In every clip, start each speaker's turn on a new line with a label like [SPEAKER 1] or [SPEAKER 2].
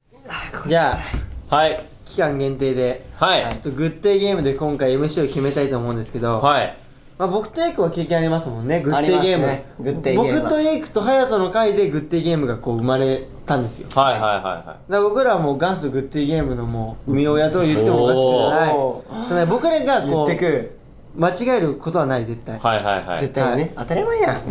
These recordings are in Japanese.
[SPEAKER 1] じゃあ
[SPEAKER 2] はい
[SPEAKER 1] 期間限定で、
[SPEAKER 2] はい
[SPEAKER 1] ちょっとグッデイゲームで今回 MC を決めたいと思うんですけど、
[SPEAKER 2] はい
[SPEAKER 1] まあ、僕とエイクは経験ありますもんねグッデイゲーム、
[SPEAKER 3] ありますねグッデイゲームは
[SPEAKER 1] 僕とエイクと隼人の回でグッデイゲームがこう生まれたんですよだか
[SPEAKER 2] はいはいはいは
[SPEAKER 1] ら僕らはもう元祖グッデイゲームのもう生み親と言ってもおかし
[SPEAKER 3] お
[SPEAKER 1] くないそんな僕らが
[SPEAKER 3] 言
[SPEAKER 1] こ
[SPEAKER 3] って
[SPEAKER 1] う
[SPEAKER 3] く
[SPEAKER 1] 間違えることはない絶対、
[SPEAKER 2] いはいはいはい
[SPEAKER 3] 絶対ね、当たり前やん
[SPEAKER 1] っ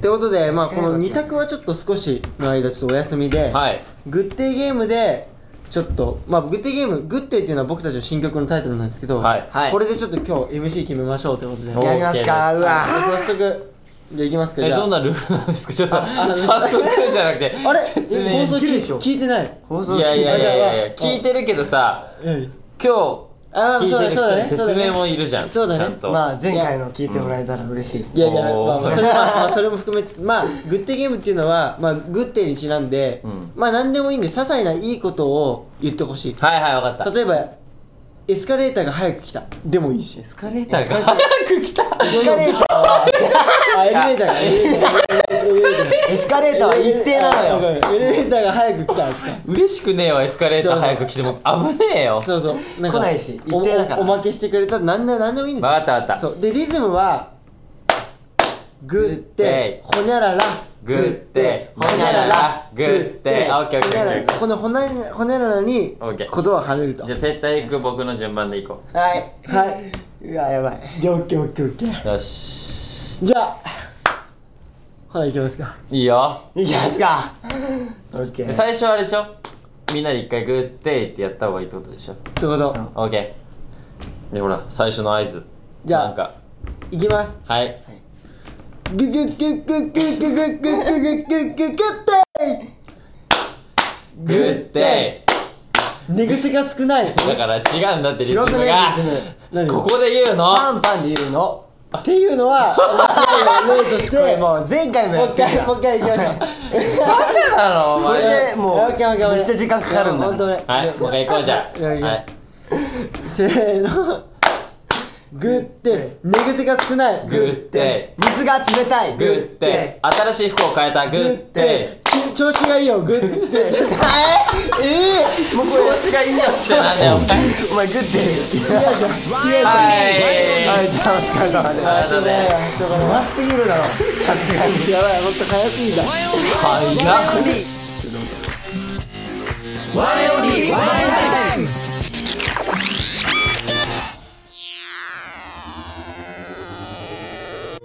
[SPEAKER 1] てことで、まあ、
[SPEAKER 3] 間違
[SPEAKER 1] こ
[SPEAKER 3] えるわけ
[SPEAKER 1] の2択はちょっと少しの間ちょっとお休みで、
[SPEAKER 2] はい
[SPEAKER 1] グッデイゲームでちょっとまあグッデイゲームグッデイっていうのは僕たちの新曲のタイトルなんですけど、
[SPEAKER 2] はい
[SPEAKER 3] はい
[SPEAKER 1] これでちょっと今日 MC 決めましょうということで
[SPEAKER 2] お
[SPEAKER 1] じゃ
[SPEAKER 3] やりますか
[SPEAKER 2] OK で
[SPEAKER 3] う
[SPEAKER 2] す
[SPEAKER 3] わ
[SPEAKER 1] あ早速じゃあいきますか
[SPEAKER 2] え
[SPEAKER 1] じゃあ
[SPEAKER 2] どんなルールなんですかちょっ と
[SPEAKER 1] あの
[SPEAKER 2] 早速じゃなくて
[SPEAKER 1] あれ
[SPEAKER 2] 説
[SPEAKER 1] え
[SPEAKER 2] 明
[SPEAKER 1] 放
[SPEAKER 3] で
[SPEAKER 1] 送
[SPEAKER 3] きる
[SPEAKER 1] 聞
[SPEAKER 3] でしょ
[SPEAKER 1] 聞いてない
[SPEAKER 3] 放
[SPEAKER 2] いやいやいやいやいや
[SPEAKER 1] あ
[SPEAKER 2] 聞いてるけどさ
[SPEAKER 1] うん
[SPEAKER 2] 今日
[SPEAKER 1] あ
[SPEAKER 2] 聞いてる
[SPEAKER 1] そうだね
[SPEAKER 2] 人に
[SPEAKER 1] そうだね
[SPEAKER 2] 説明もいるじゃんち
[SPEAKER 1] そうだね
[SPEAKER 2] ゃんと
[SPEAKER 3] まあ前回の聞いてもらえたら嬉しいです
[SPEAKER 1] いやいや、ま
[SPEAKER 2] おー
[SPEAKER 1] あまあ、それはまあそれも含めつつ、まあ、グッデイゲームっていうのは、まあ、グッデイにちなんで、
[SPEAKER 2] ん
[SPEAKER 1] まあ何でもいいんで些細ないいことを言ってほしい
[SPEAKER 2] はいはい分かった
[SPEAKER 1] 例えばエスカレーターが早く来たでもいいし
[SPEAKER 2] エスカレーターが早く来た
[SPEAKER 3] エスカレーターは
[SPEAKER 1] あエレベーターがエレベーター
[SPEAKER 3] エスカレーターは一定なのよ
[SPEAKER 1] よエレベーターが早く来たとか
[SPEAKER 2] 嬉しくねえわエスカレーター早く来ても危ねえよ
[SPEAKER 1] そうそうんか
[SPEAKER 3] 来ないし
[SPEAKER 1] お
[SPEAKER 3] 一定だから
[SPEAKER 1] おおまけしてくれたら何でも何でもいいんですよ
[SPEAKER 2] わかったわかった
[SPEAKER 1] そうでリズムはグッデイほにゃらら
[SPEAKER 2] グッデイほにゃららグッデイオッケーオッケーオッケー
[SPEAKER 1] ほにゃららこのほなほにゃららに
[SPEAKER 2] オッケー
[SPEAKER 1] 言葉をはめると
[SPEAKER 2] じゃあ撤退行く僕の順番で行こ
[SPEAKER 3] はい
[SPEAKER 1] はいう
[SPEAKER 3] わやばい
[SPEAKER 1] じゃあオッケーオッケーオッケー
[SPEAKER 2] うよし
[SPEAKER 1] じゃあほらいきますか
[SPEAKER 2] いいよ
[SPEAKER 3] いきますかオッケー
[SPEAKER 2] 最初はあれでしょみんなで一回グッデイってやった方がいいってことでしょ
[SPEAKER 1] そういうこ
[SPEAKER 3] そ
[SPEAKER 1] と
[SPEAKER 3] う
[SPEAKER 2] オッケーでほら最初の合図
[SPEAKER 1] じゃあ
[SPEAKER 2] なんか
[SPEAKER 1] いきます
[SPEAKER 2] はい
[SPEAKER 1] グググググググググググググって
[SPEAKER 2] グッデ
[SPEAKER 1] 寝癖が少ない
[SPEAKER 2] イだから違うんだってリズム
[SPEAKER 3] 白くね
[SPEAKER 2] が
[SPEAKER 3] リズム
[SPEAKER 1] 何
[SPEAKER 2] ここで言うの
[SPEAKER 3] パンパンで言うの
[SPEAKER 1] っていうのは間違いの例とし
[SPEAKER 3] これ
[SPEAKER 1] ても
[SPEAKER 3] もう前回もや
[SPEAKER 1] う
[SPEAKER 3] っ
[SPEAKER 1] 一
[SPEAKER 3] てる
[SPEAKER 1] 回もう一回いきましょう
[SPEAKER 2] バカなのお
[SPEAKER 3] こ
[SPEAKER 2] 前
[SPEAKER 3] れでもう
[SPEAKER 1] オッケーオッケー
[SPEAKER 3] めっちゃ時間かかるんだ
[SPEAKER 1] 本当ね
[SPEAKER 2] はいもう一回行こうじゃあ
[SPEAKER 1] いやいや
[SPEAKER 2] はい
[SPEAKER 1] せーのグッて寝癖が少ない
[SPEAKER 2] グッデ
[SPEAKER 3] 水が冷たい
[SPEAKER 2] イグッデイ新しい服を変えたグッデイ
[SPEAKER 1] き調子がいいよグッ て
[SPEAKER 3] ええー、もうこ
[SPEAKER 2] 調子がいいやつってなんだよお前
[SPEAKER 3] れお前グッて違うじゃん
[SPEAKER 2] はい
[SPEAKER 3] はいじゃあお疲れ様です
[SPEAKER 2] ありがとうございます
[SPEAKER 3] うますぎるだろさすがに
[SPEAKER 1] やばいもっと早すぎたオ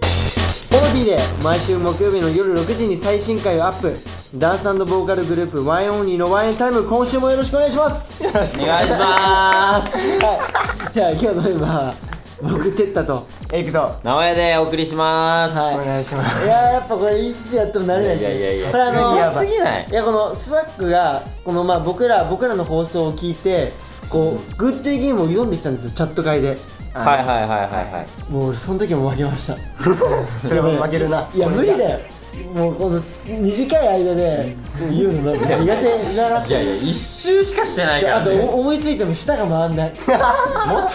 [SPEAKER 1] ーディで毎週木曜日の夜6時に最新回をアップダンスボーカルグループワンオンリーのワンエンタイム今週もよろしくお願いします
[SPEAKER 3] よろしく
[SPEAKER 2] お願いします
[SPEAKER 1] はいじゃあ今日のメンバーは僕テッタと
[SPEAKER 3] エイクと
[SPEAKER 2] 名古屋でお送りします
[SPEAKER 1] はい
[SPEAKER 3] お願いしま
[SPEAKER 1] い
[SPEAKER 3] す
[SPEAKER 1] やーやっぱこれいつやっても慣れない
[SPEAKER 2] いやいやい
[SPEAKER 1] です
[SPEAKER 2] や
[SPEAKER 1] ねこれあの
[SPEAKER 3] いや
[SPEAKER 2] やばすぎない
[SPEAKER 1] いやこのスワックがこのまあ僕ら僕らの放送を聞いてこうグッデイゲームを挑んできたんですよチャット会で
[SPEAKER 2] はいはいはいはいはい
[SPEAKER 1] もう俺その時も負けました
[SPEAKER 3] それも負けるない
[SPEAKER 1] や無理
[SPEAKER 3] よ
[SPEAKER 1] だよもうこのす短い間で言うのなんか苦手だなっ
[SPEAKER 2] いや
[SPEAKER 1] て
[SPEAKER 2] いや一周しかしてないか
[SPEAKER 1] あ
[SPEAKER 2] ら
[SPEAKER 1] と
[SPEAKER 2] ね
[SPEAKER 1] お思いついても舌が回んない
[SPEAKER 2] もっ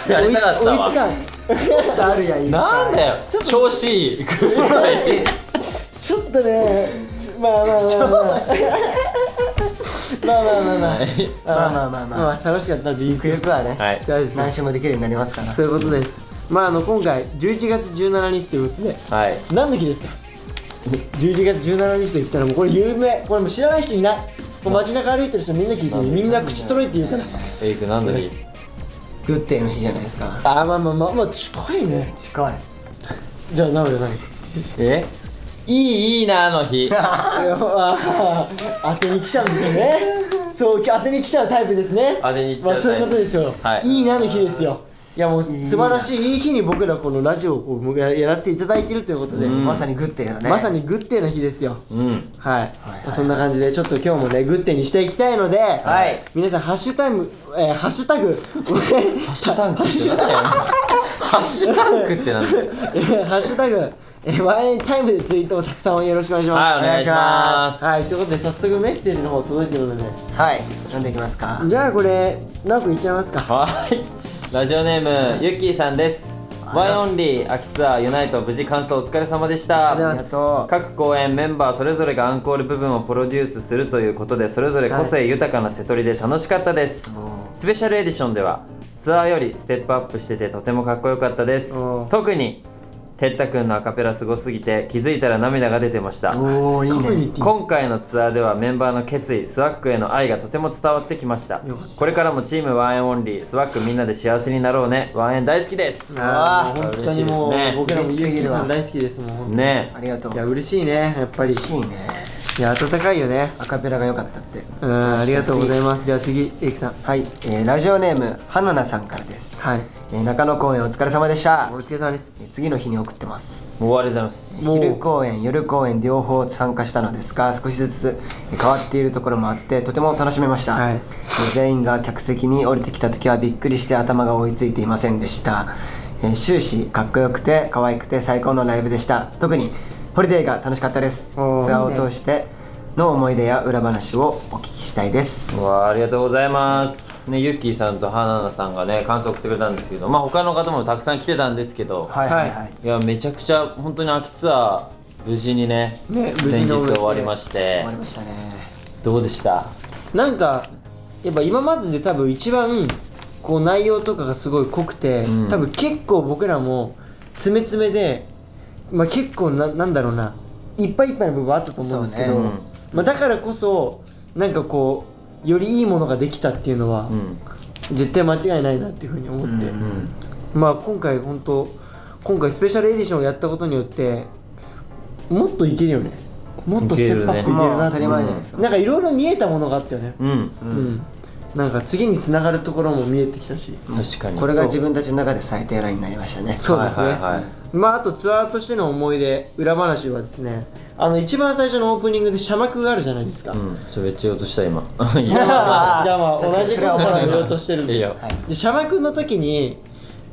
[SPEAKER 2] とやりたかった
[SPEAKER 1] 追いつか
[SPEAKER 2] わ
[SPEAKER 1] ん
[SPEAKER 3] あるやん
[SPEAKER 2] なんだよ調子い い
[SPEAKER 1] ちょっとねちまあまあまあまあまあまあまあま
[SPEAKER 3] まあま
[SPEAKER 1] あ
[SPEAKER 3] あまあまあ
[SPEAKER 1] まあ楽しかったんでいいで
[SPEAKER 3] ゆ
[SPEAKER 1] す
[SPEAKER 3] くゆくはね、
[SPEAKER 2] はい
[SPEAKER 1] そうですね
[SPEAKER 3] 何週もできるようになりますから
[SPEAKER 1] そういうことですまああの今回11月17日ということで
[SPEAKER 2] はい
[SPEAKER 1] 何の日ですか11月17日と言ったらもうこれ有名これもう知らない人いないもう街中歩いてる人みんな聞いてるみんな口揃えて言うから
[SPEAKER 2] エイク何の日
[SPEAKER 3] グッデイの日じゃないですか
[SPEAKER 1] あーまあまあまあまあ近いね
[SPEAKER 3] 近い
[SPEAKER 1] じゃあなおよ何
[SPEAKER 2] えいいいいなの日
[SPEAKER 1] いやあー当てに来ちゃうんですねそう当てに来ちゃうタイプですね
[SPEAKER 2] 当てに来ちゃう
[SPEAKER 1] まあ、そういうことですよ、
[SPEAKER 2] はい
[SPEAKER 1] いなの日ですよいやもう素
[SPEAKER 3] な
[SPEAKER 1] 晴らしいいい日に僕らこのラジオをこうややらせていただいてるということで、
[SPEAKER 2] うん
[SPEAKER 3] まさにグッデイだね
[SPEAKER 1] まさにグッデーな日ですよ
[SPEAKER 2] うん
[SPEAKER 1] はい、まあそんな感じでちょっと今日もねグッデーにしていきたいので、
[SPEAKER 3] はい
[SPEAKER 1] 皆さんハッシュタグ、えーハッシュタグ
[SPEAKER 2] ハッシュタンクってなんだよ ハッシュタンクってなんだよ
[SPEAKER 1] えーハッシュタグ、えーワンエンタイムでツイートをたくさんよろしくお願いします
[SPEAKER 2] はいお願いします
[SPEAKER 1] はいということで早速メッセージの方届いてるので
[SPEAKER 3] はい読んでいきますか
[SPEAKER 1] じゃあこれ、ナオくんいっちゃいますか。
[SPEAKER 2] はいラジオネームゆっきーさんです
[SPEAKER 3] あ
[SPEAKER 2] ワイオンリー秋ツアーユナイト無事完走お疲れ様でした
[SPEAKER 1] ありがとうございます
[SPEAKER 3] ありがとう
[SPEAKER 2] 各公演メンバーそれぞれがアンコール部分をプロデュースするということでそれぞれ個性豊かな瀬取りで楽しかったです、スペシャルエディションではツアーよりステップアップしててとてもかっこよかったです
[SPEAKER 1] おー
[SPEAKER 2] 特に哲太くんのアカペラすごすぎて気づいたら涙が出てました
[SPEAKER 3] おおいい
[SPEAKER 1] 特に
[SPEAKER 3] ね
[SPEAKER 1] っていう
[SPEAKER 2] 今回のツアーではメンバーの決意スワックへの愛がとても伝わってきました
[SPEAKER 1] よかった
[SPEAKER 2] これからもチームワンエンオンリースワックみんなで幸せになろうねワンエン大好きです
[SPEAKER 1] あ
[SPEAKER 3] あ
[SPEAKER 1] ーもう本当にもう、
[SPEAKER 2] 嬉しいですね
[SPEAKER 1] 僕らも
[SPEAKER 3] 嬉し
[SPEAKER 1] ゆ
[SPEAKER 3] す
[SPEAKER 1] う
[SPEAKER 3] ぎ
[SPEAKER 1] き
[SPEAKER 3] るわ
[SPEAKER 1] さん大好きですもん本当に
[SPEAKER 2] ね
[SPEAKER 3] ありがとう
[SPEAKER 1] いや嬉しいねやっぱり
[SPEAKER 3] 嬉しいね
[SPEAKER 1] いや温かいよね
[SPEAKER 3] アカペラが良かったって
[SPEAKER 1] うんありがとうございますじゃあ次エイキさん
[SPEAKER 3] はい、えーラジオネームはななさんからです、
[SPEAKER 1] はい
[SPEAKER 3] えー中野公演お疲れ様でした
[SPEAKER 1] お疲れ様です
[SPEAKER 3] えー次の日に送ってます
[SPEAKER 2] もうありがとうございます
[SPEAKER 1] もう
[SPEAKER 3] 昼公演夜公演両方参加したのですが少しずつえー変わっているところもあってとても楽しめました、
[SPEAKER 1] はい
[SPEAKER 3] えー全員が客席に降りてきた時はびっくりして頭が追いついていませんでした、えー終始かっこよくて可愛くて最高のライブでした特にホリデーが楽しかったですツ
[SPEAKER 1] おー
[SPEAKER 3] アーを通しての思い出や裏話をお聞きしたいです
[SPEAKER 2] うわあありがとうございますねゆっきーさんとはななさんがね感想送ってくれたんですけどまあ他の方もたくさん来てたんですけど、
[SPEAKER 3] はいはいはい
[SPEAKER 2] い、やめちゃくちゃ本当に秋ツアー無事にね
[SPEAKER 1] ね無事
[SPEAKER 2] 先
[SPEAKER 1] に
[SPEAKER 2] 日
[SPEAKER 1] 終わって
[SPEAKER 2] 終わりまして
[SPEAKER 3] 終わりましたね
[SPEAKER 2] どうでした
[SPEAKER 1] なんかやっぱ今までで多分一番こう内容とかがすごい濃くて、
[SPEAKER 2] うん
[SPEAKER 1] 多分結構僕らも詰め詰めで、まあ、結構ななんだろうないっぱいいっぱいの部分はあったと思うんですけど、
[SPEAKER 3] そう
[SPEAKER 2] ね
[SPEAKER 1] まあ、だからこそなんかこうよりいいものができたっていうのは、
[SPEAKER 2] うん
[SPEAKER 1] 絶対間違いないなっていうふうに思って、
[SPEAKER 3] うん
[SPEAKER 2] うん
[SPEAKER 1] まあ今回本当今回スペシャルエディションをやったことによってもっといけるよねもっとステップアップいける
[SPEAKER 3] まあ
[SPEAKER 1] な
[SPEAKER 3] 当た
[SPEAKER 1] って
[SPEAKER 3] り前じゃないですか、
[SPEAKER 1] なんかいろいろ見えたものがあったよね
[SPEAKER 2] うん
[SPEAKER 1] う、
[SPEAKER 3] うんん
[SPEAKER 1] なんか次につながるところも見えてきたし
[SPEAKER 2] 確かに
[SPEAKER 3] これが自分たちの中で最低ラインになりましたね
[SPEAKER 1] そうですね、
[SPEAKER 2] はいはいはい
[SPEAKER 1] まああとツアーとしての思い出裏話はですねあの一番最初のオープニングで謝幕があるじゃないですか、
[SPEAKER 2] う
[SPEAKER 1] じ
[SPEAKER 2] んそれめっちゃ言おうとし た今い
[SPEAKER 1] ゃあ
[SPEAKER 2] や
[SPEAKER 1] まあ じゃあまあ
[SPEAKER 3] 確か
[SPEAKER 1] 同
[SPEAKER 3] に
[SPEAKER 1] じ
[SPEAKER 3] そ
[SPEAKER 1] こ
[SPEAKER 3] れ
[SPEAKER 1] と
[SPEAKER 3] は
[SPEAKER 1] を
[SPEAKER 3] 思わない
[SPEAKER 1] 言
[SPEAKER 3] な
[SPEAKER 1] おうとしてるん
[SPEAKER 2] いい
[SPEAKER 1] で
[SPEAKER 2] よ
[SPEAKER 3] はい
[SPEAKER 1] で謝幕の時に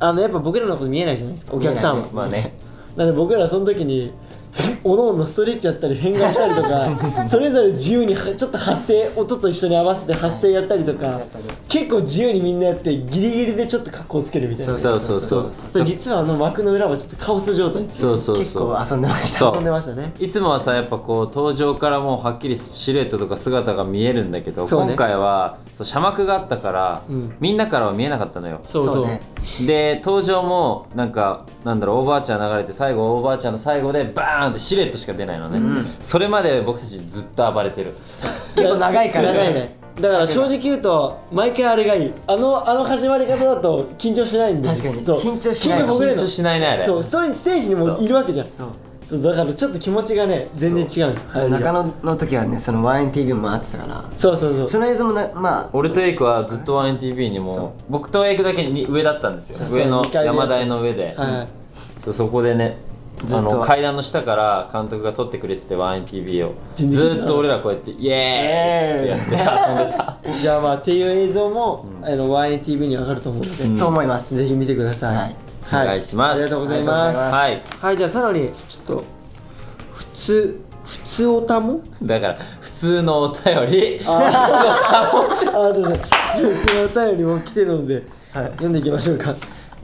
[SPEAKER 1] あのやっぱ僕らのこと見えないじゃないですかお客さんも、
[SPEAKER 3] 見えない
[SPEAKER 2] まあね
[SPEAKER 1] なんで僕らその時に おのおのストレッチやったり変顔したりとかそれぞれ自由にはちょっと発声音と一緒に合わせて発声やったりとか結構自由にみんなやってギリギリでちょっと格好つけるみたいな
[SPEAKER 2] そうそうそう
[SPEAKER 1] それ実はあの幕の裏はちょっとカオス状態っていう
[SPEAKER 2] そうそう
[SPEAKER 3] 結
[SPEAKER 2] そう
[SPEAKER 3] 構遊んでました
[SPEAKER 2] そう
[SPEAKER 1] 遊んでましたね
[SPEAKER 2] いつもはさやっぱこう登場からもうはっきりシルエットとか姿が見えるんだけど、
[SPEAKER 1] そうね
[SPEAKER 2] 今回はそう車幕があったから、
[SPEAKER 1] うん
[SPEAKER 2] みんなからは見えなかったのよ
[SPEAKER 1] そうそう
[SPEAKER 3] ね
[SPEAKER 2] で登場もなんかなんだろうおばあちゃん流れて最後おばあちゃんの最後でバーンってシルエットしか出ないのね、それまで僕たちずっと暴れてる
[SPEAKER 3] 結構長いからね
[SPEAKER 1] 長いねだから正直言うと毎回あれがいいあのあの始まり方だと緊張しないんで
[SPEAKER 3] 確かに
[SPEAKER 1] そう
[SPEAKER 3] 緊張しない
[SPEAKER 1] 緊張ほぐれ
[SPEAKER 2] 緊
[SPEAKER 1] るの
[SPEAKER 2] 張しないねあれ
[SPEAKER 1] そうそういうステージにもいるわけじゃん
[SPEAKER 3] そう
[SPEAKER 1] そうだからちょっと気持ちがね全然違うんです入りが
[SPEAKER 3] 中野の時はねそのワイン TV もあってたから
[SPEAKER 1] そうそうそう
[SPEAKER 3] その映像もなまあ
[SPEAKER 2] 俺とエイクはずっと 1NTV にも僕とエイクだけに上だったんですよ
[SPEAKER 1] そうそう
[SPEAKER 2] 上の
[SPEAKER 1] 二階で
[SPEAKER 2] 山台の上で、
[SPEAKER 1] はい
[SPEAKER 2] そうそこでね
[SPEAKER 3] ずっ
[SPEAKER 2] あ
[SPEAKER 3] と
[SPEAKER 2] の階段の下から監督が撮ってくれてて 1NTV を
[SPEAKER 1] 人力
[SPEAKER 2] ずーっと俺らこうやってイエーイっつってやって遊んでた
[SPEAKER 1] じゃあまあっていう映像も、あの YNTV に上がると思うので、
[SPEAKER 3] と思います
[SPEAKER 1] ぜひ見てください、
[SPEAKER 3] はい
[SPEAKER 2] お願いします
[SPEAKER 1] ありがとうございます
[SPEAKER 2] は
[SPEAKER 1] はい、
[SPEAKER 2] い
[SPEAKER 1] じゃあさらにちょっと普通普通おたも
[SPEAKER 2] だから普通のお便り
[SPEAKER 1] あーすいません普通のお便りも来てるので、読んでいきましょうか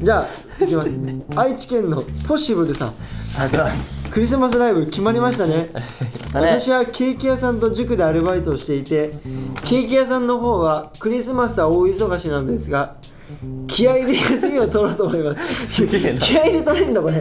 [SPEAKER 1] じゃあいきます 愛知県のポッシブルさん
[SPEAKER 3] ありがとうござい ます
[SPEAKER 1] クリスマスライブ決まりましたね
[SPEAKER 3] だね
[SPEAKER 1] 私はケーキ屋さんと塾でアルバイトをしていてケーキ屋さんの方はクリスマスは大忙しなんですが気合で休みを取ろうと思います
[SPEAKER 2] すげえな
[SPEAKER 1] 気合で取れんだこれ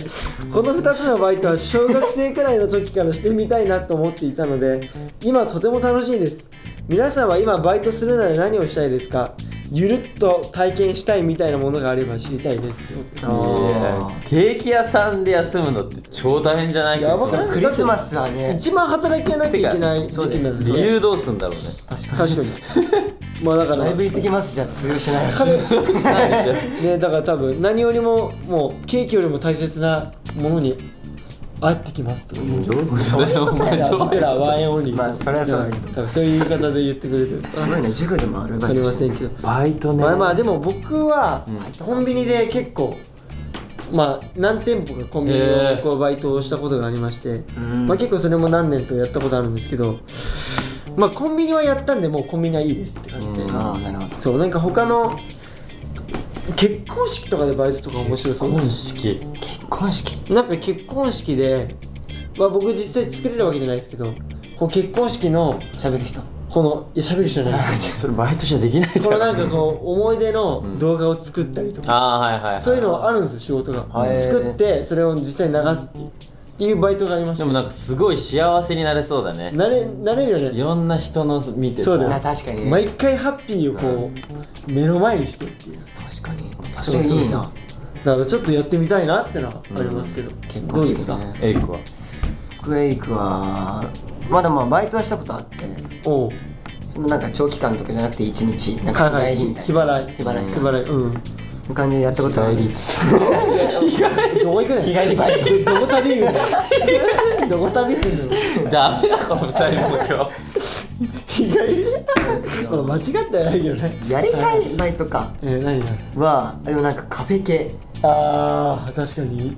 [SPEAKER 1] この2つのバイトは小学生くらいの時からしてみたいなと思っていたので今とても楽しいです皆さんは今バイトするなら何をしたいですかゆるっと体験したいみたいなものがあれば知りたいです
[SPEAKER 3] おー
[SPEAKER 2] ケーキ屋さんで休むのって超大変じゃない
[SPEAKER 1] やばく
[SPEAKER 2] そ
[SPEAKER 1] な
[SPEAKER 2] の
[SPEAKER 1] い
[SPEAKER 3] クリスマスはね
[SPEAKER 1] 一番働かなきゃいけない
[SPEAKER 2] てか
[SPEAKER 1] 時期なんです
[SPEAKER 2] 理由どうすんだろうね
[SPEAKER 3] 確
[SPEAKER 1] 確かに まあだから
[SPEAKER 3] ライブ
[SPEAKER 1] ね
[SPEAKER 3] 行ってきますじゃあ通用しないし
[SPEAKER 1] 彼
[SPEAKER 2] しないでしょ
[SPEAKER 1] だから多分何よりももうケーキよりも大切なものに合ってきますという
[SPEAKER 2] どういうことだよお前どう
[SPEAKER 1] 僕
[SPEAKER 2] いう
[SPEAKER 1] らワインオンリー
[SPEAKER 3] まあそれはそうだけど
[SPEAKER 1] 多分そういう言い方で言ってくれてる
[SPEAKER 3] すごいね塾でもアル
[SPEAKER 1] わ
[SPEAKER 3] バ
[SPEAKER 1] か
[SPEAKER 3] イ
[SPEAKER 1] り
[SPEAKER 3] ト
[SPEAKER 1] ま
[SPEAKER 3] し
[SPEAKER 1] せ
[SPEAKER 3] て
[SPEAKER 1] んけど
[SPEAKER 2] バイトね
[SPEAKER 1] まあまあでも僕は
[SPEAKER 3] うん
[SPEAKER 1] コンビニで結構まあ何店舗かコンビニ
[SPEAKER 2] へ
[SPEAKER 1] の
[SPEAKER 2] え
[SPEAKER 1] こうバイトをしたことがありまして、
[SPEAKER 3] ん
[SPEAKER 1] まあ結構それも何年とやったことあるんですけどまあコンビニはやったんでもうコンビニはいいですって感じで、
[SPEAKER 2] うん
[SPEAKER 3] ああなるほど
[SPEAKER 1] そうなんか他の結婚式とかでバイトとか面白そう
[SPEAKER 2] 本式
[SPEAKER 3] 結婚式
[SPEAKER 1] なんか結婚式で、まあ、僕実際作れるわけじゃないですけどこう結婚式の
[SPEAKER 3] 喋る人
[SPEAKER 1] このいや喋る人じゃないです
[SPEAKER 2] それバイ トじゃできない
[SPEAKER 1] この
[SPEAKER 2] だ
[SPEAKER 1] なん
[SPEAKER 2] ろ
[SPEAKER 1] かこう思い出の動画を作ったりとか、
[SPEAKER 2] ああはいはい、はい、
[SPEAKER 1] そういうのあるんですよ仕事が、
[SPEAKER 3] へー
[SPEAKER 1] 作ってそれを実際に流すっていうっていうバイトがありまし
[SPEAKER 2] で
[SPEAKER 1] た
[SPEAKER 2] もなんかすごい幸せになれそうだね
[SPEAKER 1] なれなれるよ
[SPEAKER 2] い
[SPEAKER 1] ね
[SPEAKER 2] ろんな人の見てさ
[SPEAKER 1] そうだよ
[SPEAKER 3] あ確かにね
[SPEAKER 1] 毎回ハッピーをこう目の前にしてっていう
[SPEAKER 3] 確かに確
[SPEAKER 1] そうそう
[SPEAKER 3] か
[SPEAKER 1] そう
[SPEAKER 3] にいいな
[SPEAKER 1] だからちょっとやってみたいなってのはありますけど、
[SPEAKER 3] 結
[SPEAKER 1] ど
[SPEAKER 3] 婚
[SPEAKER 1] う
[SPEAKER 3] 式
[SPEAKER 1] ですか、
[SPEAKER 2] エイクは
[SPEAKER 3] 僕エイクはまあでもまあバイトはしたことあって
[SPEAKER 1] おう
[SPEAKER 3] そのなんか長期間とかじゃなくて1日なんか
[SPEAKER 1] はいはい
[SPEAKER 3] 日帰り
[SPEAKER 1] 日
[SPEAKER 3] みたいな
[SPEAKER 1] 払い
[SPEAKER 3] 日払い
[SPEAKER 1] 日払いうん
[SPEAKER 3] 感じでやったことある
[SPEAKER 1] どこ行くねん
[SPEAKER 3] 日帰りバイ
[SPEAKER 1] どこ旅行くねんどこ旅するの
[SPEAKER 2] ダメだこの二人も今
[SPEAKER 1] 日帰り間違ってはないけどね
[SPEAKER 3] トやりたいバイトか
[SPEAKER 1] えー、何
[SPEAKER 3] はでもなんかカフェ系
[SPEAKER 1] ああ確かに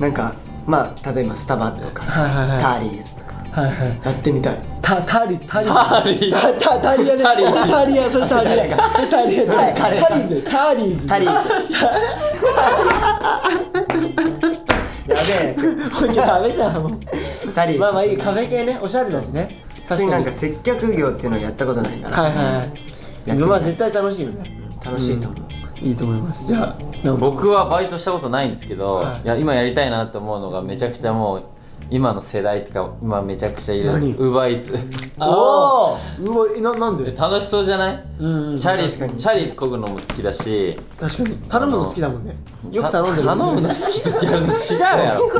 [SPEAKER 3] なんかまあ例えばスタバとかさ、
[SPEAKER 1] はいはいはい
[SPEAKER 3] ターリーズとか
[SPEAKER 1] はいはい
[SPEAKER 3] やってみたい
[SPEAKER 1] たタリタリ
[SPEAKER 2] タリ
[SPEAKER 1] タタタリアね
[SPEAKER 2] タリ
[SPEAKER 1] タリアそれタリア
[SPEAKER 3] あ
[SPEAKER 1] タリア
[SPEAKER 3] それタリア
[SPEAKER 1] タリアタリーズタリーズ
[SPEAKER 3] タリーズやべ
[SPEAKER 1] これダメじゃんもう
[SPEAKER 3] えタリーズ
[SPEAKER 1] まあまあいいカフェ系ねおしゃれだしね
[SPEAKER 3] 普通になんか接客業っていうのをやったことないから、
[SPEAKER 1] はいはいは
[SPEAKER 3] やってみ
[SPEAKER 1] い
[SPEAKER 3] たい
[SPEAKER 1] まあ絶対楽しいよね
[SPEAKER 3] 楽しいと思う、
[SPEAKER 1] いいと思いますじゃあなんか
[SPEAKER 2] 僕はバイトしたことないんですけど、
[SPEAKER 1] はい
[SPEAKER 2] い、や今やりたいなと思うのがめちゃくちゃもう今の世代ってか今めちゃくちゃいる
[SPEAKER 1] 何
[SPEAKER 2] ウーバーイーツ
[SPEAKER 1] おおうわえななんで
[SPEAKER 2] 楽しそうじゃない、
[SPEAKER 1] うんうん
[SPEAKER 2] チャリ
[SPEAKER 3] 確かに
[SPEAKER 2] チャリ漕ぐのも好きだし
[SPEAKER 1] 確かに頼むの好きだもんねよく頼んでる
[SPEAKER 2] た頼むの
[SPEAKER 1] ね
[SPEAKER 2] 好きとやるの違うやろチ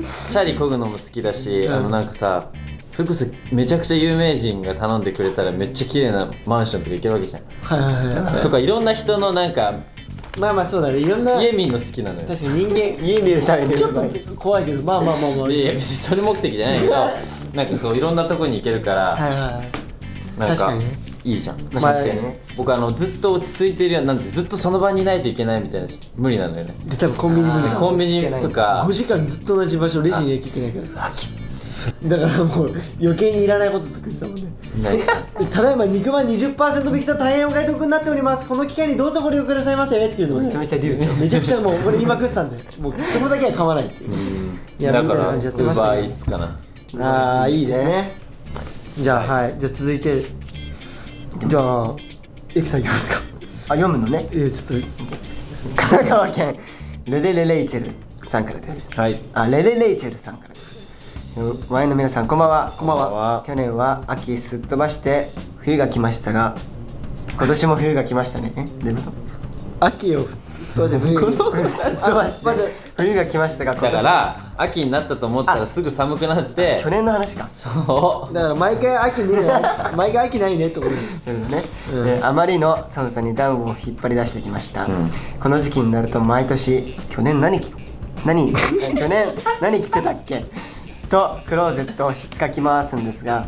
[SPEAKER 2] ャリ漕ぐのも好きだし、
[SPEAKER 1] うん
[SPEAKER 2] あのなんかさそれこそめちゃくちゃ有名人が頼んでくれたらめっちゃ綺麗なマンションとか行けるわけじゃん、
[SPEAKER 1] はいはいは
[SPEAKER 2] とかいろんな人のなんか
[SPEAKER 1] いまあまあそうだねいろんな
[SPEAKER 2] 家見るの好きなのよ
[SPEAKER 1] 確かに人 間
[SPEAKER 3] 家見るために
[SPEAKER 1] ちょっと怖いけどまあまあまあまあ
[SPEAKER 2] いやいや別にそれ目的じゃないけどなんかそういろんなとこに行けるから、
[SPEAKER 1] はいはい
[SPEAKER 2] なん
[SPEAKER 1] 確か
[SPEAKER 2] か
[SPEAKER 1] にね
[SPEAKER 2] いいじゃん人
[SPEAKER 1] まあ
[SPEAKER 2] 生ね僕あのずっと落ち着いてるやんなんてずっとその場にいないといけないみたいなし無理なのよね
[SPEAKER 1] で多分コンビニもね
[SPEAKER 3] あー
[SPEAKER 2] コンビニとか
[SPEAKER 1] 5時間ずっと同じ場所レジに行けないからだからもう余計にいらないこと作ってたもんね
[SPEAKER 2] ないし
[SPEAKER 1] ただいま肉まん20%引きと大変お買い得になっておりますこの機会にどうぞご利用くださいませっていうのをね
[SPEAKER 3] めちゃめちゃ流暢
[SPEAKER 1] めちゃくちゃもう俺今食ってたんでもうそこだけは噛まないっていういや
[SPEAKER 2] だ
[SPEAKER 1] み
[SPEAKER 2] か
[SPEAKER 1] たいな
[SPEAKER 2] らウ
[SPEAKER 1] 感じやってま
[SPEAKER 2] ー
[SPEAKER 1] した
[SPEAKER 2] バ
[SPEAKER 1] ね
[SPEAKER 2] ーイーツかな
[SPEAKER 1] ああいいですね
[SPEAKER 3] ね
[SPEAKER 1] じゃあはいじゃあ続いてじゃあエクさんいきますか
[SPEAKER 3] あ読むのね
[SPEAKER 1] えー、ちょっと
[SPEAKER 3] 神奈川県レレレレイチェルさんからです
[SPEAKER 2] はい
[SPEAKER 3] あレレレイチェルさんからですワインの皆さんこんばんはこんばん
[SPEAKER 2] こんばんは
[SPEAKER 3] 去年は秋すっ飛ばして冬が来ましたが今年も冬が来ましたねえどう いうこと
[SPEAKER 1] 秋をそうじゃこの
[SPEAKER 3] すっ飛ばして
[SPEAKER 1] まだ
[SPEAKER 3] 冬が来ましたが今
[SPEAKER 2] だ
[SPEAKER 3] 年
[SPEAKER 2] から秋になったと思ったらすぐ寒くなって
[SPEAKER 3] 去年の話か
[SPEAKER 2] そう
[SPEAKER 1] だから毎回秋ねえな 毎回秋ないねってことで
[SPEAKER 3] そうだね、えーあまりの寒さにダウンを引っ張り出してきました、この時期になると毎年去年何着何 去年何着てたっけとクローゼットを引っかき回すんですが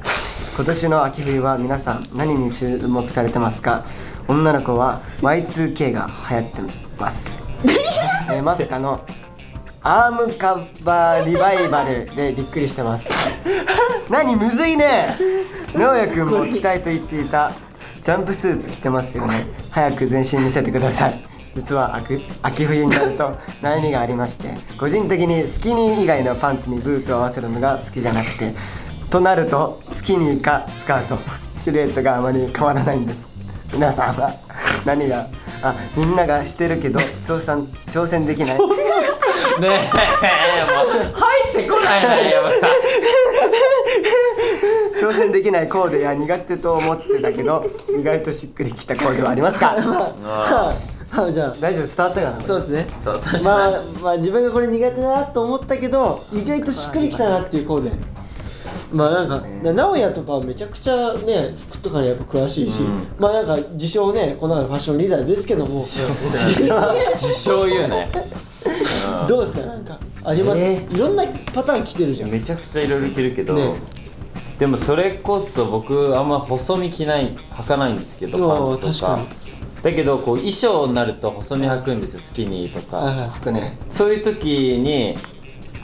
[SPEAKER 3] 今年の秋冬は皆さん何に注目されてますか女の子は Y2K が流行ってます、えーまさかのアームカバーリバイバルでびっくりしてます何むずいね直也くんも着たいと言っていたジャンプスーツ着てますよね早く全身見せてください実は秋秋冬になると悩みがありまして個人的にスキニー以外のパンツにブーツを合わせるのが好きじゃなくてとなるとスキニーかスカートシルエットがあまり変わらないんです皆さんは何があみんながしてるけど挑戦挑戦できない
[SPEAKER 2] ねえもう入ってこないのよ
[SPEAKER 3] 挑戦できないコーデや苦手と思ってたけ ど意外としっくりきたコーデはあります か
[SPEAKER 1] はい はいじゃあ
[SPEAKER 3] 大丈夫伝わったかな
[SPEAKER 1] そうですね
[SPEAKER 2] そう確
[SPEAKER 1] ま
[SPEAKER 2] か
[SPEAKER 1] あまあ自分がこれ苦手だなと思ったけど意外としっくりきたなっていうコーデまあなんかな直哉とかはめちゃくちゃね服とかにやっぱ詳しいし、まあなんか自称ねこの中のファッションリーダーですけども
[SPEAKER 2] に自称言うね
[SPEAKER 1] どうですかなんかあります、
[SPEAKER 3] え
[SPEAKER 1] いろんなパターン着てるじゃん
[SPEAKER 2] めちゃくちゃいろいろ着るけど、
[SPEAKER 1] ね
[SPEAKER 2] でもそれこそ僕あんま細身着ない履かないんですけど
[SPEAKER 1] うわ
[SPEAKER 2] パンツと
[SPEAKER 1] 確
[SPEAKER 2] か
[SPEAKER 1] か
[SPEAKER 2] だけどこう衣装になると細身履くんですよスキニーとか、
[SPEAKER 1] はいはい
[SPEAKER 3] 僕ね
[SPEAKER 2] そういう時に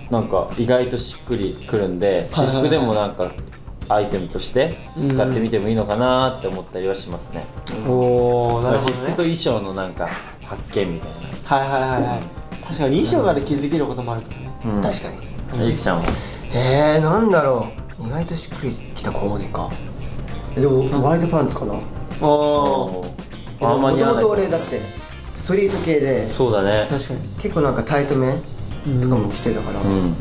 [SPEAKER 2] なんか意外としっくりくるんで私服でもなんかアイテムとして使ってみてもいいのかなって思ったりはしますね、
[SPEAKER 1] おおなるほ
[SPEAKER 2] 私
[SPEAKER 1] ど
[SPEAKER 2] 服と
[SPEAKER 1] ね
[SPEAKER 2] 衣装のなんか発見みたい
[SPEAKER 1] はいはいはいはい確かに衣装から気づけることもあるからね
[SPEAKER 2] な、うん、
[SPEAKER 3] 確かに
[SPEAKER 2] にゆきちゃんは
[SPEAKER 3] えー、なんだろう意外としっくりきたコーデかえでもワイドパンツかな
[SPEAKER 1] あ
[SPEAKER 2] あんま
[SPEAKER 3] もと
[SPEAKER 2] 似合わ
[SPEAKER 3] も
[SPEAKER 2] ない
[SPEAKER 3] と俺だってストリート系で
[SPEAKER 2] そうだね
[SPEAKER 1] あ確かに
[SPEAKER 3] 結構なんかタイトめとかも着てたから、
[SPEAKER 2] うん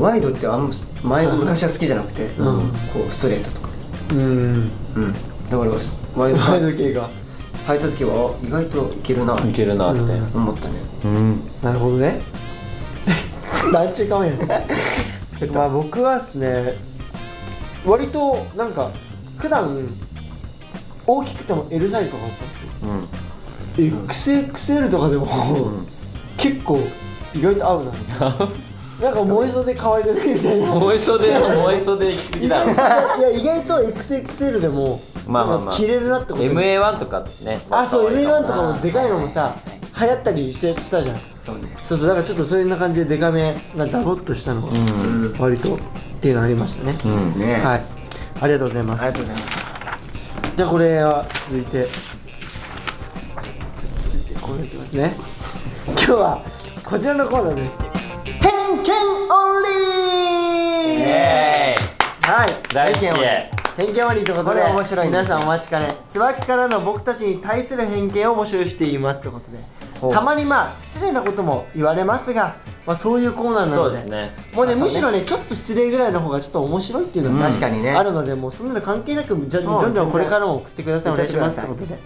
[SPEAKER 3] ワイドってあんま前昔は好きじゃなくて、
[SPEAKER 1] ん
[SPEAKER 3] こうストレートとか
[SPEAKER 1] うん
[SPEAKER 3] うんだからワイド
[SPEAKER 1] 前
[SPEAKER 3] 履
[SPEAKER 1] の系が
[SPEAKER 3] いた時はあ意外といけるなって
[SPEAKER 2] いけるなって
[SPEAKER 3] 思ったね
[SPEAKER 2] うん
[SPEAKER 1] なるほどね なんちゅうかめん まあ僕はですね割となんか普段大きくても L サイズとかだったんですよ
[SPEAKER 2] うん、
[SPEAKER 1] XXL とかでも、 結構意外と合 うななんか燃え袖可愛くないみたいな
[SPEAKER 2] 燃え袖燃え袖行き過ぎだろ
[SPEAKER 1] いやいや意外と XXL でも
[SPEAKER 2] まあまあま
[SPEAKER 1] な
[SPEAKER 2] あ
[SPEAKER 1] んか着れるなってこと
[SPEAKER 2] MA1 とかね
[SPEAKER 1] あそう M1 とかもでかいのも
[SPEAKER 3] はい
[SPEAKER 1] さ
[SPEAKER 3] はい
[SPEAKER 1] 流行ったりしてしたじゃん
[SPEAKER 3] そうね
[SPEAKER 1] そうそうだからちょっとそういう感じでデカめなダボっとしたのが
[SPEAKER 3] うん
[SPEAKER 1] 割とっていうのありましたね、
[SPEAKER 2] うん
[SPEAKER 3] ですね、、
[SPEAKER 1] はいいありがとうございま
[SPEAKER 3] ありが
[SPEAKER 1] す
[SPEAKER 3] とうございます
[SPEAKER 1] じゃあこれは続いて続いてこれいきますね今日はこちらのコーナーです
[SPEAKER 3] 偏見オンリー、
[SPEAKER 2] イエーイ
[SPEAKER 1] はい
[SPEAKER 2] 大好き
[SPEAKER 3] 偏見
[SPEAKER 2] へ
[SPEAKER 1] 偏見割りということで
[SPEAKER 3] これ面白いんですよ
[SPEAKER 1] 皆さんお待ちかねスワッキからの僕たちに対する偏見を募集していますということで
[SPEAKER 2] ほう
[SPEAKER 1] たまにまあ失礼なことも言われますが、まあ、そういうコーナーなので
[SPEAKER 2] そうですね
[SPEAKER 1] もう
[SPEAKER 3] まあそ
[SPEAKER 1] ね
[SPEAKER 3] うね
[SPEAKER 1] むしろねちょっと失礼ぐらいの方がちょっと面白いっていうのが
[SPEAKER 3] うん確かにね
[SPEAKER 1] あるのでもうそんなの関係なくじゃ
[SPEAKER 3] もう
[SPEAKER 1] どんどんこれ
[SPEAKER 3] 全然
[SPEAKER 1] からも送ってくださいお願いしますとい
[SPEAKER 3] 送
[SPEAKER 1] う
[SPEAKER 3] っ
[SPEAKER 1] こ
[SPEAKER 3] ち
[SPEAKER 1] とで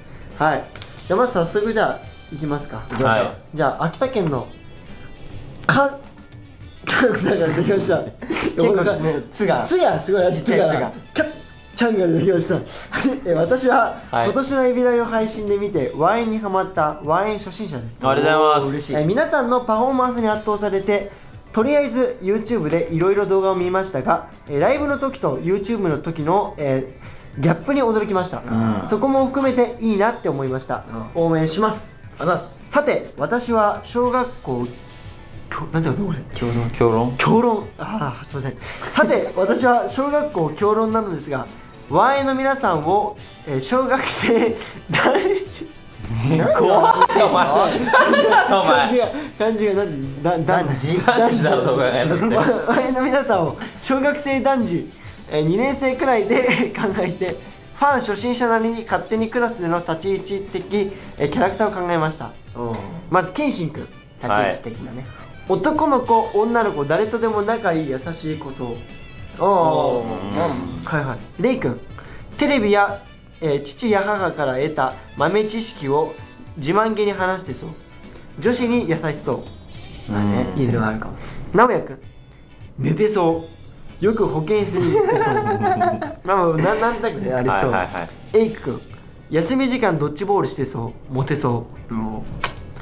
[SPEAKER 1] はいじゃあまず早速じゃあいきますか
[SPEAKER 3] 行きましょう、
[SPEAKER 2] はい
[SPEAKER 1] じゃあ秋田県のか さんが出てきました結
[SPEAKER 3] 構ねつが
[SPEAKER 1] つやすごいや
[SPEAKER 3] ちっちゃいつが
[SPEAKER 1] かっちゃんが出てきました え私は、
[SPEAKER 2] はい
[SPEAKER 1] 今年のエビライを配信で見てワインにハマったワイン初心者です
[SPEAKER 2] ありがとうございます
[SPEAKER 3] 嬉しい
[SPEAKER 1] え皆さんのパフォーマンスに圧倒されてとりあえず YouTube でいろいろ動画を見ましたが、えーライブの時と YouTube の時の、えーギャップに驚きました、
[SPEAKER 3] うん
[SPEAKER 1] そこも含めていいなって思いました、応援します
[SPEAKER 3] あざっす
[SPEAKER 1] さて私は小学校きょなんてことこれ
[SPEAKER 3] 今日の
[SPEAKER 2] 評論
[SPEAKER 1] 教論ああすいませんさて私は小学校教論なのですが Y の皆さんを、えー小学生男子
[SPEAKER 2] 怖いお前お
[SPEAKER 1] 漢字が
[SPEAKER 2] 前
[SPEAKER 1] 漢字がなんだ男
[SPEAKER 3] 男児
[SPEAKER 2] 男子だろお前だって
[SPEAKER 1] 前の皆さんを小学生男児、えー、2年生くらいで 考えてファン初心者なりに勝手にクラスでの立ち位置的、えーキャラクターを考えました
[SPEAKER 3] おー
[SPEAKER 1] まず謙信君
[SPEAKER 3] 立ち位置的なね、
[SPEAKER 1] 男の子女の子誰とでも仲いい優しい子そう
[SPEAKER 3] お
[SPEAKER 1] お
[SPEAKER 3] ー
[SPEAKER 1] ー
[SPEAKER 3] うん
[SPEAKER 1] はいはいレイ君テレビや、えー父や母から得た豆知識を自慢げに話してそう女子に優しそ
[SPEAKER 3] まあね
[SPEAKER 1] うん
[SPEAKER 3] それはあるかも
[SPEAKER 1] う直哉君寝てそうよく保健室に行ってそうまあまあななんだけ
[SPEAKER 3] えあ
[SPEAKER 1] ど
[SPEAKER 3] りそう、
[SPEAKER 2] はいはいはい
[SPEAKER 1] エイク君休み時間ドッジボールしてそうモテそう
[SPEAKER 3] も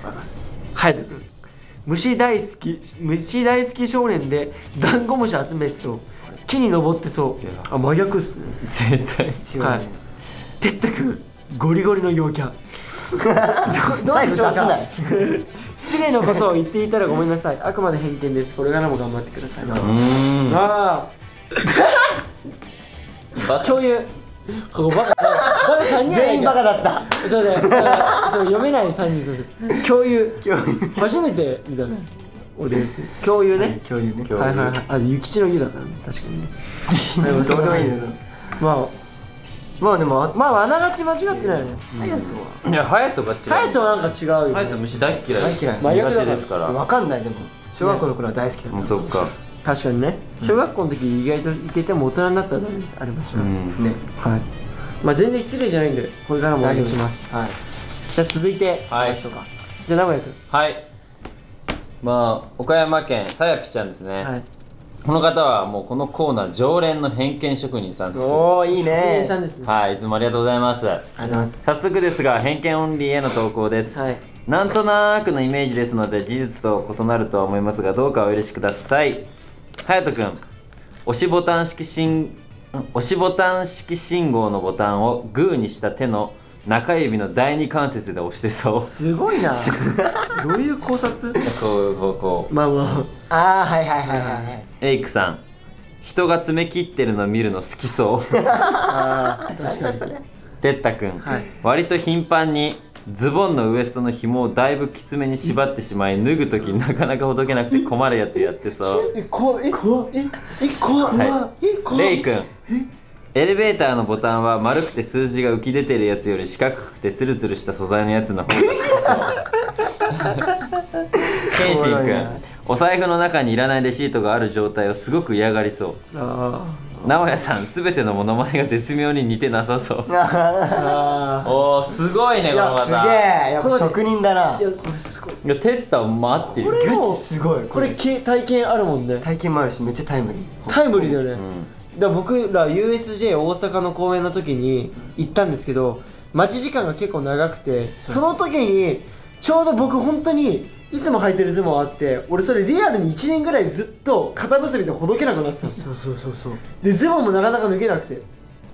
[SPEAKER 3] うあざっす
[SPEAKER 1] 隼人君虫大好き虫大好き少年でダンゴムシ集めてそう木に登ってそうあ真逆っすね
[SPEAKER 2] 絶対
[SPEAKER 3] 違うね、
[SPEAKER 1] はいてったくんゴリゴリの陽キャどう
[SPEAKER 3] 最
[SPEAKER 1] で
[SPEAKER 3] 初
[SPEAKER 1] しょ
[SPEAKER 3] 雑
[SPEAKER 1] うか
[SPEAKER 3] だよ
[SPEAKER 1] 失礼なことを言っていたらごめんなさいあくまで偏見ですこれからも頑張ってください、あ
[SPEAKER 2] うん
[SPEAKER 1] あ
[SPEAKER 2] バ
[SPEAKER 1] 共有ここバカバカバカ3人
[SPEAKER 3] 全員バカだった
[SPEAKER 1] カそうだよだからそう読めない3人そうです共有
[SPEAKER 3] 今日
[SPEAKER 1] 初めて見たね俺です共有ね、
[SPEAKER 3] 教授ね
[SPEAKER 2] 有
[SPEAKER 1] はいはいはいあ諭吉の湯だからね確かにね
[SPEAKER 3] どうでもいいよ
[SPEAKER 1] ま
[SPEAKER 3] まあでもあ
[SPEAKER 1] あまああながち間違ってないよね
[SPEAKER 3] 隼人
[SPEAKER 2] いや隼人が違
[SPEAKER 1] 隼
[SPEAKER 2] う
[SPEAKER 1] 人はなんか違うよね
[SPEAKER 2] 隼人虫大っ嫌い
[SPEAKER 3] 大嫌い
[SPEAKER 2] 苦
[SPEAKER 1] 真逆だか
[SPEAKER 2] 手
[SPEAKER 1] ら
[SPEAKER 2] ですから
[SPEAKER 3] は分かんないでも小学校の頃は大好きだった
[SPEAKER 2] もうそっか
[SPEAKER 1] 確かにね小学校の時意外といけても大人になったらダメってありますよ
[SPEAKER 2] う
[SPEAKER 1] ね、
[SPEAKER 2] ん
[SPEAKER 3] ね
[SPEAKER 1] はいまあ全然失礼じゃないんでこれからもお願
[SPEAKER 3] 大
[SPEAKER 1] い
[SPEAKER 3] 丈夫
[SPEAKER 1] し
[SPEAKER 3] で
[SPEAKER 1] ます
[SPEAKER 3] すはい
[SPEAKER 1] じゃあ続いて
[SPEAKER 2] はい
[SPEAKER 3] しょうか
[SPEAKER 1] じゃあ名古屋君
[SPEAKER 2] はいまあ岡山県さやぴちゃんですね、
[SPEAKER 1] はい
[SPEAKER 2] この方はもうこのコーナー常連の偏見職人さんです
[SPEAKER 3] おーいい
[SPEAKER 1] 店員
[SPEAKER 3] ね
[SPEAKER 1] さんですね
[SPEAKER 2] はいいつもありがとうございます
[SPEAKER 3] ありがとうございます
[SPEAKER 2] 早速ですが偏見オンリーへの投稿です、
[SPEAKER 1] はい
[SPEAKER 2] なんとなくのイメージですので事実と異なるとは思いますがどうかお許しください隼人君押しボタン式信ん押しボタン式信号のボタンをグーにした手の中指の第二関節で押してそう
[SPEAKER 1] すごいな どういう考察
[SPEAKER 2] こうこうこう
[SPEAKER 1] まあま
[SPEAKER 3] ああはいはいはいはいはい
[SPEAKER 2] エイクさん人が爪切ってるの見るの好きそう
[SPEAKER 1] ああー確かに
[SPEAKER 2] てったくん、
[SPEAKER 1] はい
[SPEAKER 2] 割と頻繁にズボンのウエストの紐をだいぶきつめに縛ってしまい脱ぐ時なかなかほどけなくて困るやつやってそう
[SPEAKER 1] え怖いえ怖いえ怖い
[SPEAKER 2] は
[SPEAKER 1] え怖
[SPEAKER 2] レ
[SPEAKER 1] い
[SPEAKER 2] イ君エレベーターのボタンは丸くて数字が浮き出てるやつより四角くてツルツルした素材のやつの方が好きそうケンシン
[SPEAKER 3] おもろい
[SPEAKER 2] 君
[SPEAKER 3] な
[SPEAKER 2] お財布の中にいらないレシートがある状態をすごく嫌がりそう
[SPEAKER 1] あー
[SPEAKER 2] 直哉さんすべてのモノマネが絶妙に似てなさそう
[SPEAKER 1] あ
[SPEAKER 2] おおすごいねこの
[SPEAKER 3] すげ
[SPEAKER 2] 方
[SPEAKER 3] えやっぱ職人だない
[SPEAKER 1] やこれすごい
[SPEAKER 2] いやテッタも合ってる
[SPEAKER 1] これ
[SPEAKER 3] ガチすごい
[SPEAKER 1] これけ体験あるもんね
[SPEAKER 3] 体験もあるしめっちゃタイムリー
[SPEAKER 1] タイムリーだよね、だから僕ら USJ 大阪の公演の時に行ったんですけど待ち時間が結構長くてその時にちょうど僕本当にいつも履いてるズボンあって俺それリアルに1年ぐらいずっと肩結びでほどけなくなってたんです
[SPEAKER 3] そうそうそうそう
[SPEAKER 1] でズボンもなかなか抜けなくて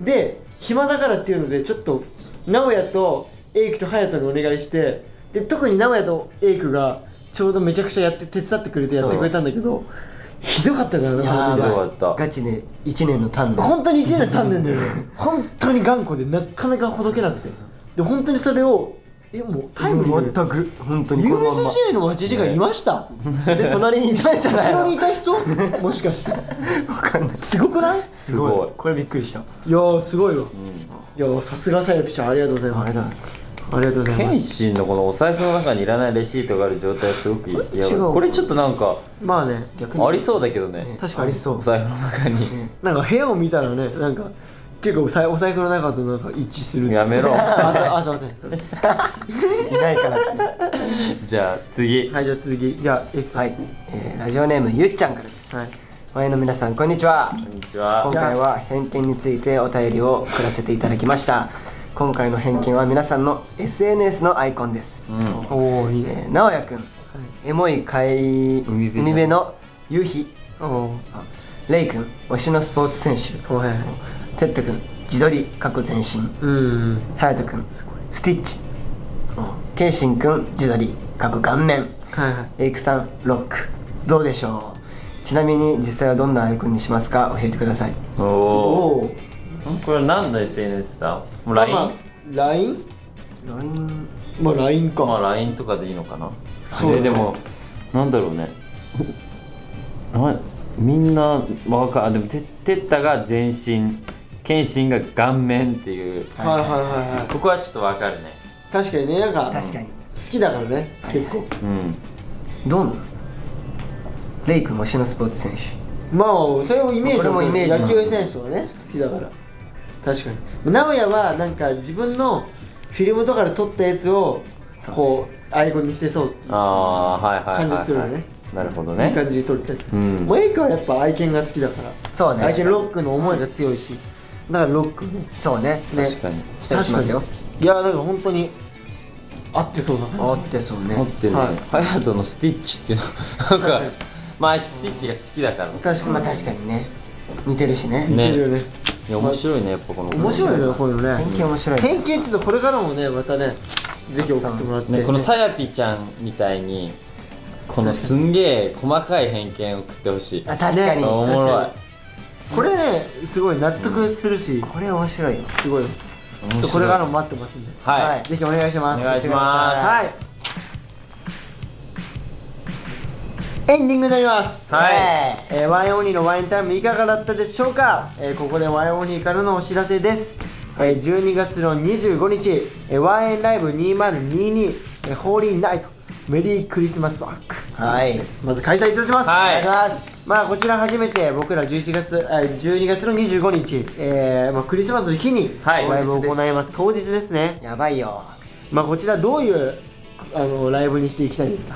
[SPEAKER 1] で暇だからっていうのでちょっと直哉とエイクと隼人にお願いしてで特に直哉とエイクがちょうどめちゃくちゃやって手伝ってくれてやってくれたんだけどひどかったんだよねこの
[SPEAKER 3] や
[SPEAKER 1] 時
[SPEAKER 2] どう
[SPEAKER 3] ば
[SPEAKER 2] だ
[SPEAKER 3] い
[SPEAKER 2] った
[SPEAKER 3] ガチで1年の単の
[SPEAKER 1] 本当に1年たんでんだよね 本当に頑固でなかなかほどけなくてで本当にそれをえもうタイムリーで
[SPEAKER 3] 全く本当にこのまんま
[SPEAKER 1] USJ の待ち時間いました、
[SPEAKER 3] で隣にいたんじゃない
[SPEAKER 1] 後ろにい
[SPEAKER 3] の
[SPEAKER 1] た人もしかして
[SPEAKER 3] わかんない
[SPEAKER 1] すごくないい
[SPEAKER 3] す
[SPEAKER 2] す
[SPEAKER 3] ご
[SPEAKER 2] ご
[SPEAKER 3] い
[SPEAKER 2] い
[SPEAKER 3] これびっくりしたあ
[SPEAKER 1] やーすごいわ、いやーさすがさやぴちゃんありがとうございます
[SPEAKER 3] す
[SPEAKER 1] ありがとうござい
[SPEAKER 2] 謙
[SPEAKER 1] ます
[SPEAKER 2] 信のこのお財布の中にいらないレシートがある状態はすごくいや
[SPEAKER 3] 違う
[SPEAKER 2] これちょっとなんか
[SPEAKER 1] まあね
[SPEAKER 3] 逆に
[SPEAKER 2] ありそうだけどね
[SPEAKER 3] 確かにありそう
[SPEAKER 2] お財布の中に
[SPEAKER 1] なんか部屋を見たらねなんか結構お財お財布の中となんか一致するっていう
[SPEAKER 2] やめろ
[SPEAKER 1] あそうあすいませんすいませ
[SPEAKER 3] いないからって
[SPEAKER 2] じゃあ次
[SPEAKER 1] んはいじゃあ続きじゃあエイクさん
[SPEAKER 3] はい、えーラジオネームゆっちゃんからです
[SPEAKER 1] はい
[SPEAKER 3] お前の皆さんこんにちは
[SPEAKER 2] こんにち
[SPEAKER 3] 今
[SPEAKER 2] は
[SPEAKER 3] 回は偏見についてお便りを送らせていただきました今回の偏見は皆さんの SNS のアイコンです、
[SPEAKER 1] おおいいね
[SPEAKER 3] えー、直哉くん、エモい海
[SPEAKER 2] 海辺じゃん
[SPEAKER 3] 海辺の夕日
[SPEAKER 1] おお
[SPEAKER 3] レイくん推しのスポーツ選手
[SPEAKER 1] おはい
[SPEAKER 3] テッドくん自撮り過去全身
[SPEAKER 1] うん
[SPEAKER 3] 隼人くんスティッチケンシンくん自撮り過去顔面
[SPEAKER 1] はいはい
[SPEAKER 3] エイクさんロックどうでしょうちなみに実際はどんなアイコンにしますか教えてください
[SPEAKER 2] お
[SPEAKER 3] お
[SPEAKER 2] お
[SPEAKER 3] おー
[SPEAKER 2] これ何の SNS だも
[SPEAKER 1] ま
[SPEAKER 2] う LINE
[SPEAKER 1] あ、まあ、LINE?
[SPEAKER 3] LINE
[SPEAKER 1] まあ LINE か、
[SPEAKER 2] まあ LINE とかでいいのかな
[SPEAKER 1] そうだね
[SPEAKER 2] えでもなんだろうねなみんなわかあでもててったが全身謙信が顔面っていう
[SPEAKER 1] はいはいはいはい
[SPEAKER 2] ここはちょっとわかるね
[SPEAKER 1] 確かにねなんか
[SPEAKER 3] 確かに
[SPEAKER 1] 好きだからね結構
[SPEAKER 2] うん
[SPEAKER 3] どんなレイ君推しのスポーツ選
[SPEAKER 1] まあそれもイメージ
[SPEAKER 3] これもイメージなの
[SPEAKER 1] 野球選手とかね好きだから確かに名古屋はなんか自分のフィルムとかで撮ったやつを
[SPEAKER 3] そう
[SPEAKER 1] こうアイコンにしてそう
[SPEAKER 2] ああはいはいはい、はい、
[SPEAKER 1] 感じするよね
[SPEAKER 2] なるほど
[SPEAKER 1] いい
[SPEAKER 2] ね
[SPEAKER 1] 感じで撮ったやつ、
[SPEAKER 2] うん
[SPEAKER 1] もうエイクはやっぱ愛犬が好きだから
[SPEAKER 3] そうね
[SPEAKER 1] 愛犬ロックの思いが強いしだからロックね
[SPEAKER 3] 手そうね
[SPEAKER 1] ね
[SPEAKER 2] 確かに
[SPEAKER 3] 期待しますよ
[SPEAKER 1] 確かにいやだから本当に合ってそうな感
[SPEAKER 3] あってそうね
[SPEAKER 2] 持ってるね
[SPEAKER 1] はい
[SPEAKER 2] 隼人、のスティッチっていうのなんかまああいつスティッチが好きだからね
[SPEAKER 1] じ確
[SPEAKER 3] ま
[SPEAKER 1] か
[SPEAKER 3] あ
[SPEAKER 1] に
[SPEAKER 3] 確かにね似てるしね
[SPEAKER 1] 似てるよね
[SPEAKER 2] いや面白いねやっぱこの
[SPEAKER 1] 面白いねこういうのね
[SPEAKER 3] 偏見面白い
[SPEAKER 1] 偏見ちょっとこれからもねまたねぜひ送ってもらって、
[SPEAKER 2] ねこのさやぴちゃんみたいにこのすんげえ細かい偏見を送ってほしい
[SPEAKER 3] あ確かに、
[SPEAKER 1] ね
[SPEAKER 2] おもろい
[SPEAKER 1] これねすごい納得するし、
[SPEAKER 3] これ面白いよ
[SPEAKER 1] すごいですちょっとこれからも待ってますんで
[SPEAKER 2] は
[SPEAKER 3] はいい
[SPEAKER 1] ぜひお願いします
[SPEAKER 2] お願いします
[SPEAKER 1] はいエンディングになります
[SPEAKER 2] はい
[SPEAKER 1] えー、ワインオニーのワインタイムいかがだったでしょうか、えーここでワインオニーからのお知らせです、えー12月の25日、えーワインライブ2022、えーホーリーナイトメリークリスマスバック
[SPEAKER 3] はい
[SPEAKER 1] まず開催いたします、
[SPEAKER 2] はい
[SPEAKER 3] ありがとうございます
[SPEAKER 1] まあこちら初めて僕ら11月あ12月の25日、えーまあ、クリスマスの日に
[SPEAKER 2] は
[SPEAKER 1] ラ
[SPEAKER 2] い
[SPEAKER 1] イブを行います、当日ですね
[SPEAKER 3] やばいよ
[SPEAKER 1] まあこちらどういうあのライブにしていきたいですか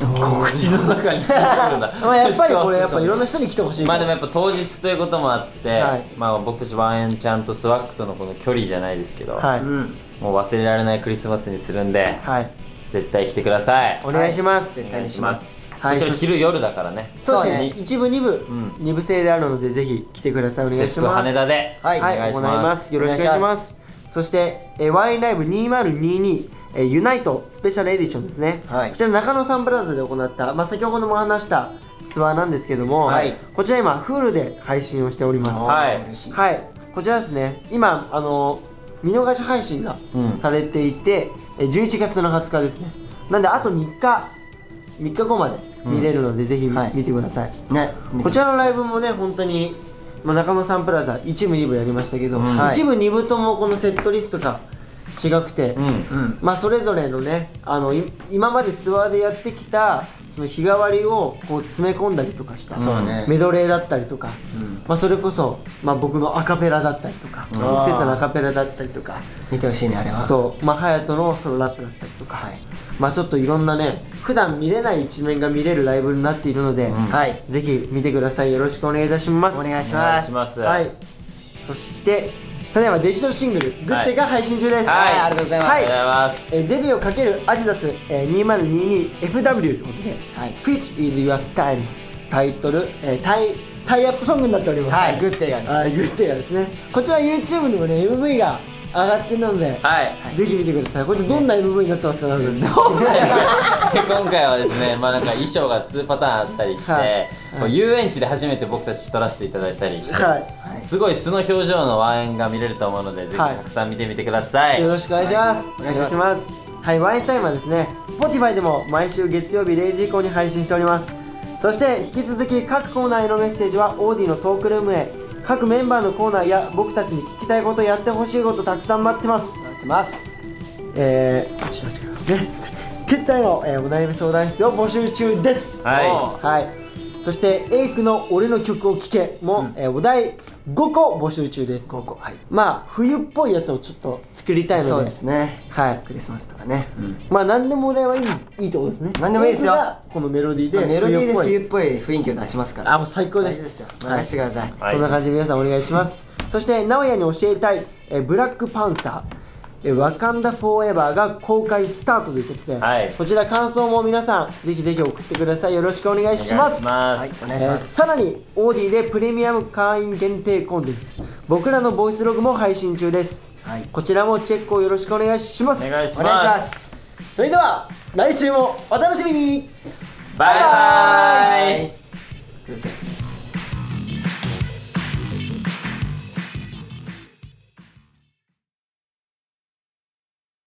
[SPEAKER 2] 告知の中に入ってるんだ
[SPEAKER 1] まあやっぱりこれやっぱいろんな人に来てほしいか
[SPEAKER 2] まあで
[SPEAKER 1] ら
[SPEAKER 2] もやっぱ当日ということもあって、
[SPEAKER 1] はい
[SPEAKER 2] まあ僕たちワンエンちゃんとスワックとのこの距離じゃないですけど、
[SPEAKER 1] はい、
[SPEAKER 3] うん
[SPEAKER 2] もう忘れられないクリスマスにするんで
[SPEAKER 1] はい
[SPEAKER 2] 絶対来てください
[SPEAKER 1] お願いします、
[SPEAKER 3] は
[SPEAKER 2] お
[SPEAKER 3] い
[SPEAKER 2] 願いします
[SPEAKER 1] はい
[SPEAKER 2] もちろん昼夜だからね
[SPEAKER 1] そうです
[SPEAKER 3] そう
[SPEAKER 1] ね
[SPEAKER 3] ね
[SPEAKER 1] 一部二部、二部制であるのでぜひ来てくださいお願い
[SPEAKER 2] ぜ
[SPEAKER 1] し
[SPEAKER 2] ひ
[SPEAKER 1] ます
[SPEAKER 2] 羽田で、
[SPEAKER 3] はい
[SPEAKER 1] は
[SPEAKER 2] お
[SPEAKER 1] い、
[SPEAKER 2] 願いし
[SPEAKER 1] 行いま。
[SPEAKER 2] ますす
[SPEAKER 1] よろしくお願いします。そして、えーワインライブ2022、えーユナイトスペシャルエディションですね。
[SPEAKER 3] はい
[SPEAKER 1] こちら中野サンプラザで行った、まあ、先ほども話したツアーなんですけども、
[SPEAKER 3] はい
[SPEAKER 1] こちら今、Hulu で配信をしております。
[SPEAKER 2] は
[SPEAKER 3] あー嬉しい
[SPEAKER 1] はい、こちらですね、今、あの見逃し配信が
[SPEAKER 2] うん
[SPEAKER 1] されていて、えー11月の20日ですねなんであと3日3日後まで見れるので、ぜひ見,、
[SPEAKER 3] はい
[SPEAKER 1] てください
[SPEAKER 3] ね
[SPEAKER 1] こちらのライブもね本当にまあ中野サンプラザ1部2部やりましたけど、
[SPEAKER 3] はい
[SPEAKER 1] 1部2部ともこのセットリストが違くて、
[SPEAKER 2] うん
[SPEAKER 3] うん
[SPEAKER 1] まあ、それぞれのねあのい今までツアーでやってきたその日替わりをこう詰め込んだりとかした
[SPEAKER 3] そうね
[SPEAKER 1] メドレーだったりとか、まあ、それこそ、まあ、僕のアカペラだったりとか言ってたのアカペラだったりとか
[SPEAKER 3] 見てほしいねあれは
[SPEAKER 1] そうまあ隼人のソロラップだったりとか、
[SPEAKER 3] はい
[SPEAKER 1] まあ、ちょっといろんなね普段見れない一面が見れるライブになっているので、
[SPEAKER 3] はい
[SPEAKER 1] ぜひ見てくださいよろしくお願いいたします
[SPEAKER 3] お願いし
[SPEAKER 2] お願
[SPEAKER 3] ま
[SPEAKER 2] い
[SPEAKER 3] す
[SPEAKER 2] します
[SPEAKER 1] はいそしてただいまデジタルシングル「グッデ」が配信中です、
[SPEAKER 2] はい
[SPEAKER 3] ありがとうございます
[SPEAKER 1] は
[SPEAKER 2] ありがとうございます
[SPEAKER 1] えーゼビをかけるアディダス、えー 2022FW ということで、
[SPEAKER 3] はい
[SPEAKER 1] Which is your style タイトル、えータイタイアップソングになっております
[SPEAKER 3] はいグッデイがですね
[SPEAKER 1] はいグッデイがですねこちら YouTube にもね MV が上がってるので、
[SPEAKER 2] はい
[SPEAKER 1] ぜひ見てくださいこれどんな MV になってますかなど
[SPEAKER 2] で今回はですね、まあ、なんか衣装が2パターンあったりして、
[SPEAKER 1] はい
[SPEAKER 2] こう遊園地で初めて僕たち撮らせていただいたりして、
[SPEAKER 1] は
[SPEAKER 3] はい
[SPEAKER 2] すごい素の表情のワンエンが見れると思うので、ぜひ
[SPEAKER 1] はい
[SPEAKER 2] たくさん見てみてください。
[SPEAKER 1] い、よろしくお願いします、
[SPEAKER 3] お願いします
[SPEAKER 1] はいワインタイムはですね Spotify でも毎週月曜日0時以降に配信しておりますそして引き続き各コーナーへのメッセージはオーディのトークルームへ各メンバーのコーナーや僕たちに聞きたいことやってほしいことたくさん待ってます
[SPEAKER 3] 待ってます
[SPEAKER 1] えー、こちら違いますね すいません撤退の、えーお悩み相談室を募集中です
[SPEAKER 2] は
[SPEAKER 1] はい、そしてエイクの「俺の曲を聴けも」えーお題5個募集中です
[SPEAKER 3] 高校はい
[SPEAKER 1] まあ冬っぽいやつをちょっと作りたいので
[SPEAKER 3] そうですね
[SPEAKER 1] はい
[SPEAKER 3] クリスマスとかね
[SPEAKER 1] まあ何でもお題はいいいいってことですね
[SPEAKER 3] 何でもいいですよ
[SPEAKER 1] エイクがこのメロディー
[SPEAKER 3] まあ
[SPEAKER 1] で
[SPEAKER 3] メロディーで冬
[SPEAKER 1] っ
[SPEAKER 3] っぽい雰囲気を出しますか
[SPEAKER 1] ぽいあ
[SPEAKER 3] ら
[SPEAKER 1] もう最高で
[SPEAKER 3] 大事
[SPEAKER 1] す
[SPEAKER 3] ですよ
[SPEAKER 1] はい
[SPEAKER 3] 任せてください
[SPEAKER 2] はい
[SPEAKER 1] そんな感じで皆さんお願いします、そして直哉に教えたい、えーブラックパンサー、えーワカンダフォーエバーが公開スタートということで、
[SPEAKER 2] はい
[SPEAKER 1] こちら感想も皆さんぜひぜひ送ってくださいよろしくお願いし
[SPEAKER 2] お
[SPEAKER 1] ま
[SPEAKER 2] 願い
[SPEAKER 1] す
[SPEAKER 2] しま
[SPEAKER 3] はい
[SPEAKER 2] す。
[SPEAKER 3] お願いしま
[SPEAKER 1] えー
[SPEAKER 3] す
[SPEAKER 1] さらにオーディでプレミアム会員限定コンテンツ僕らのボイスログも配信中です、
[SPEAKER 3] はい
[SPEAKER 1] こちらもチェックをよろしくお願いします
[SPEAKER 2] お願いし
[SPEAKER 3] お願いしま
[SPEAKER 2] ます。
[SPEAKER 3] す
[SPEAKER 1] それでは来週もお楽しみに
[SPEAKER 2] バイバイ。
[SPEAKER 3] グッデイ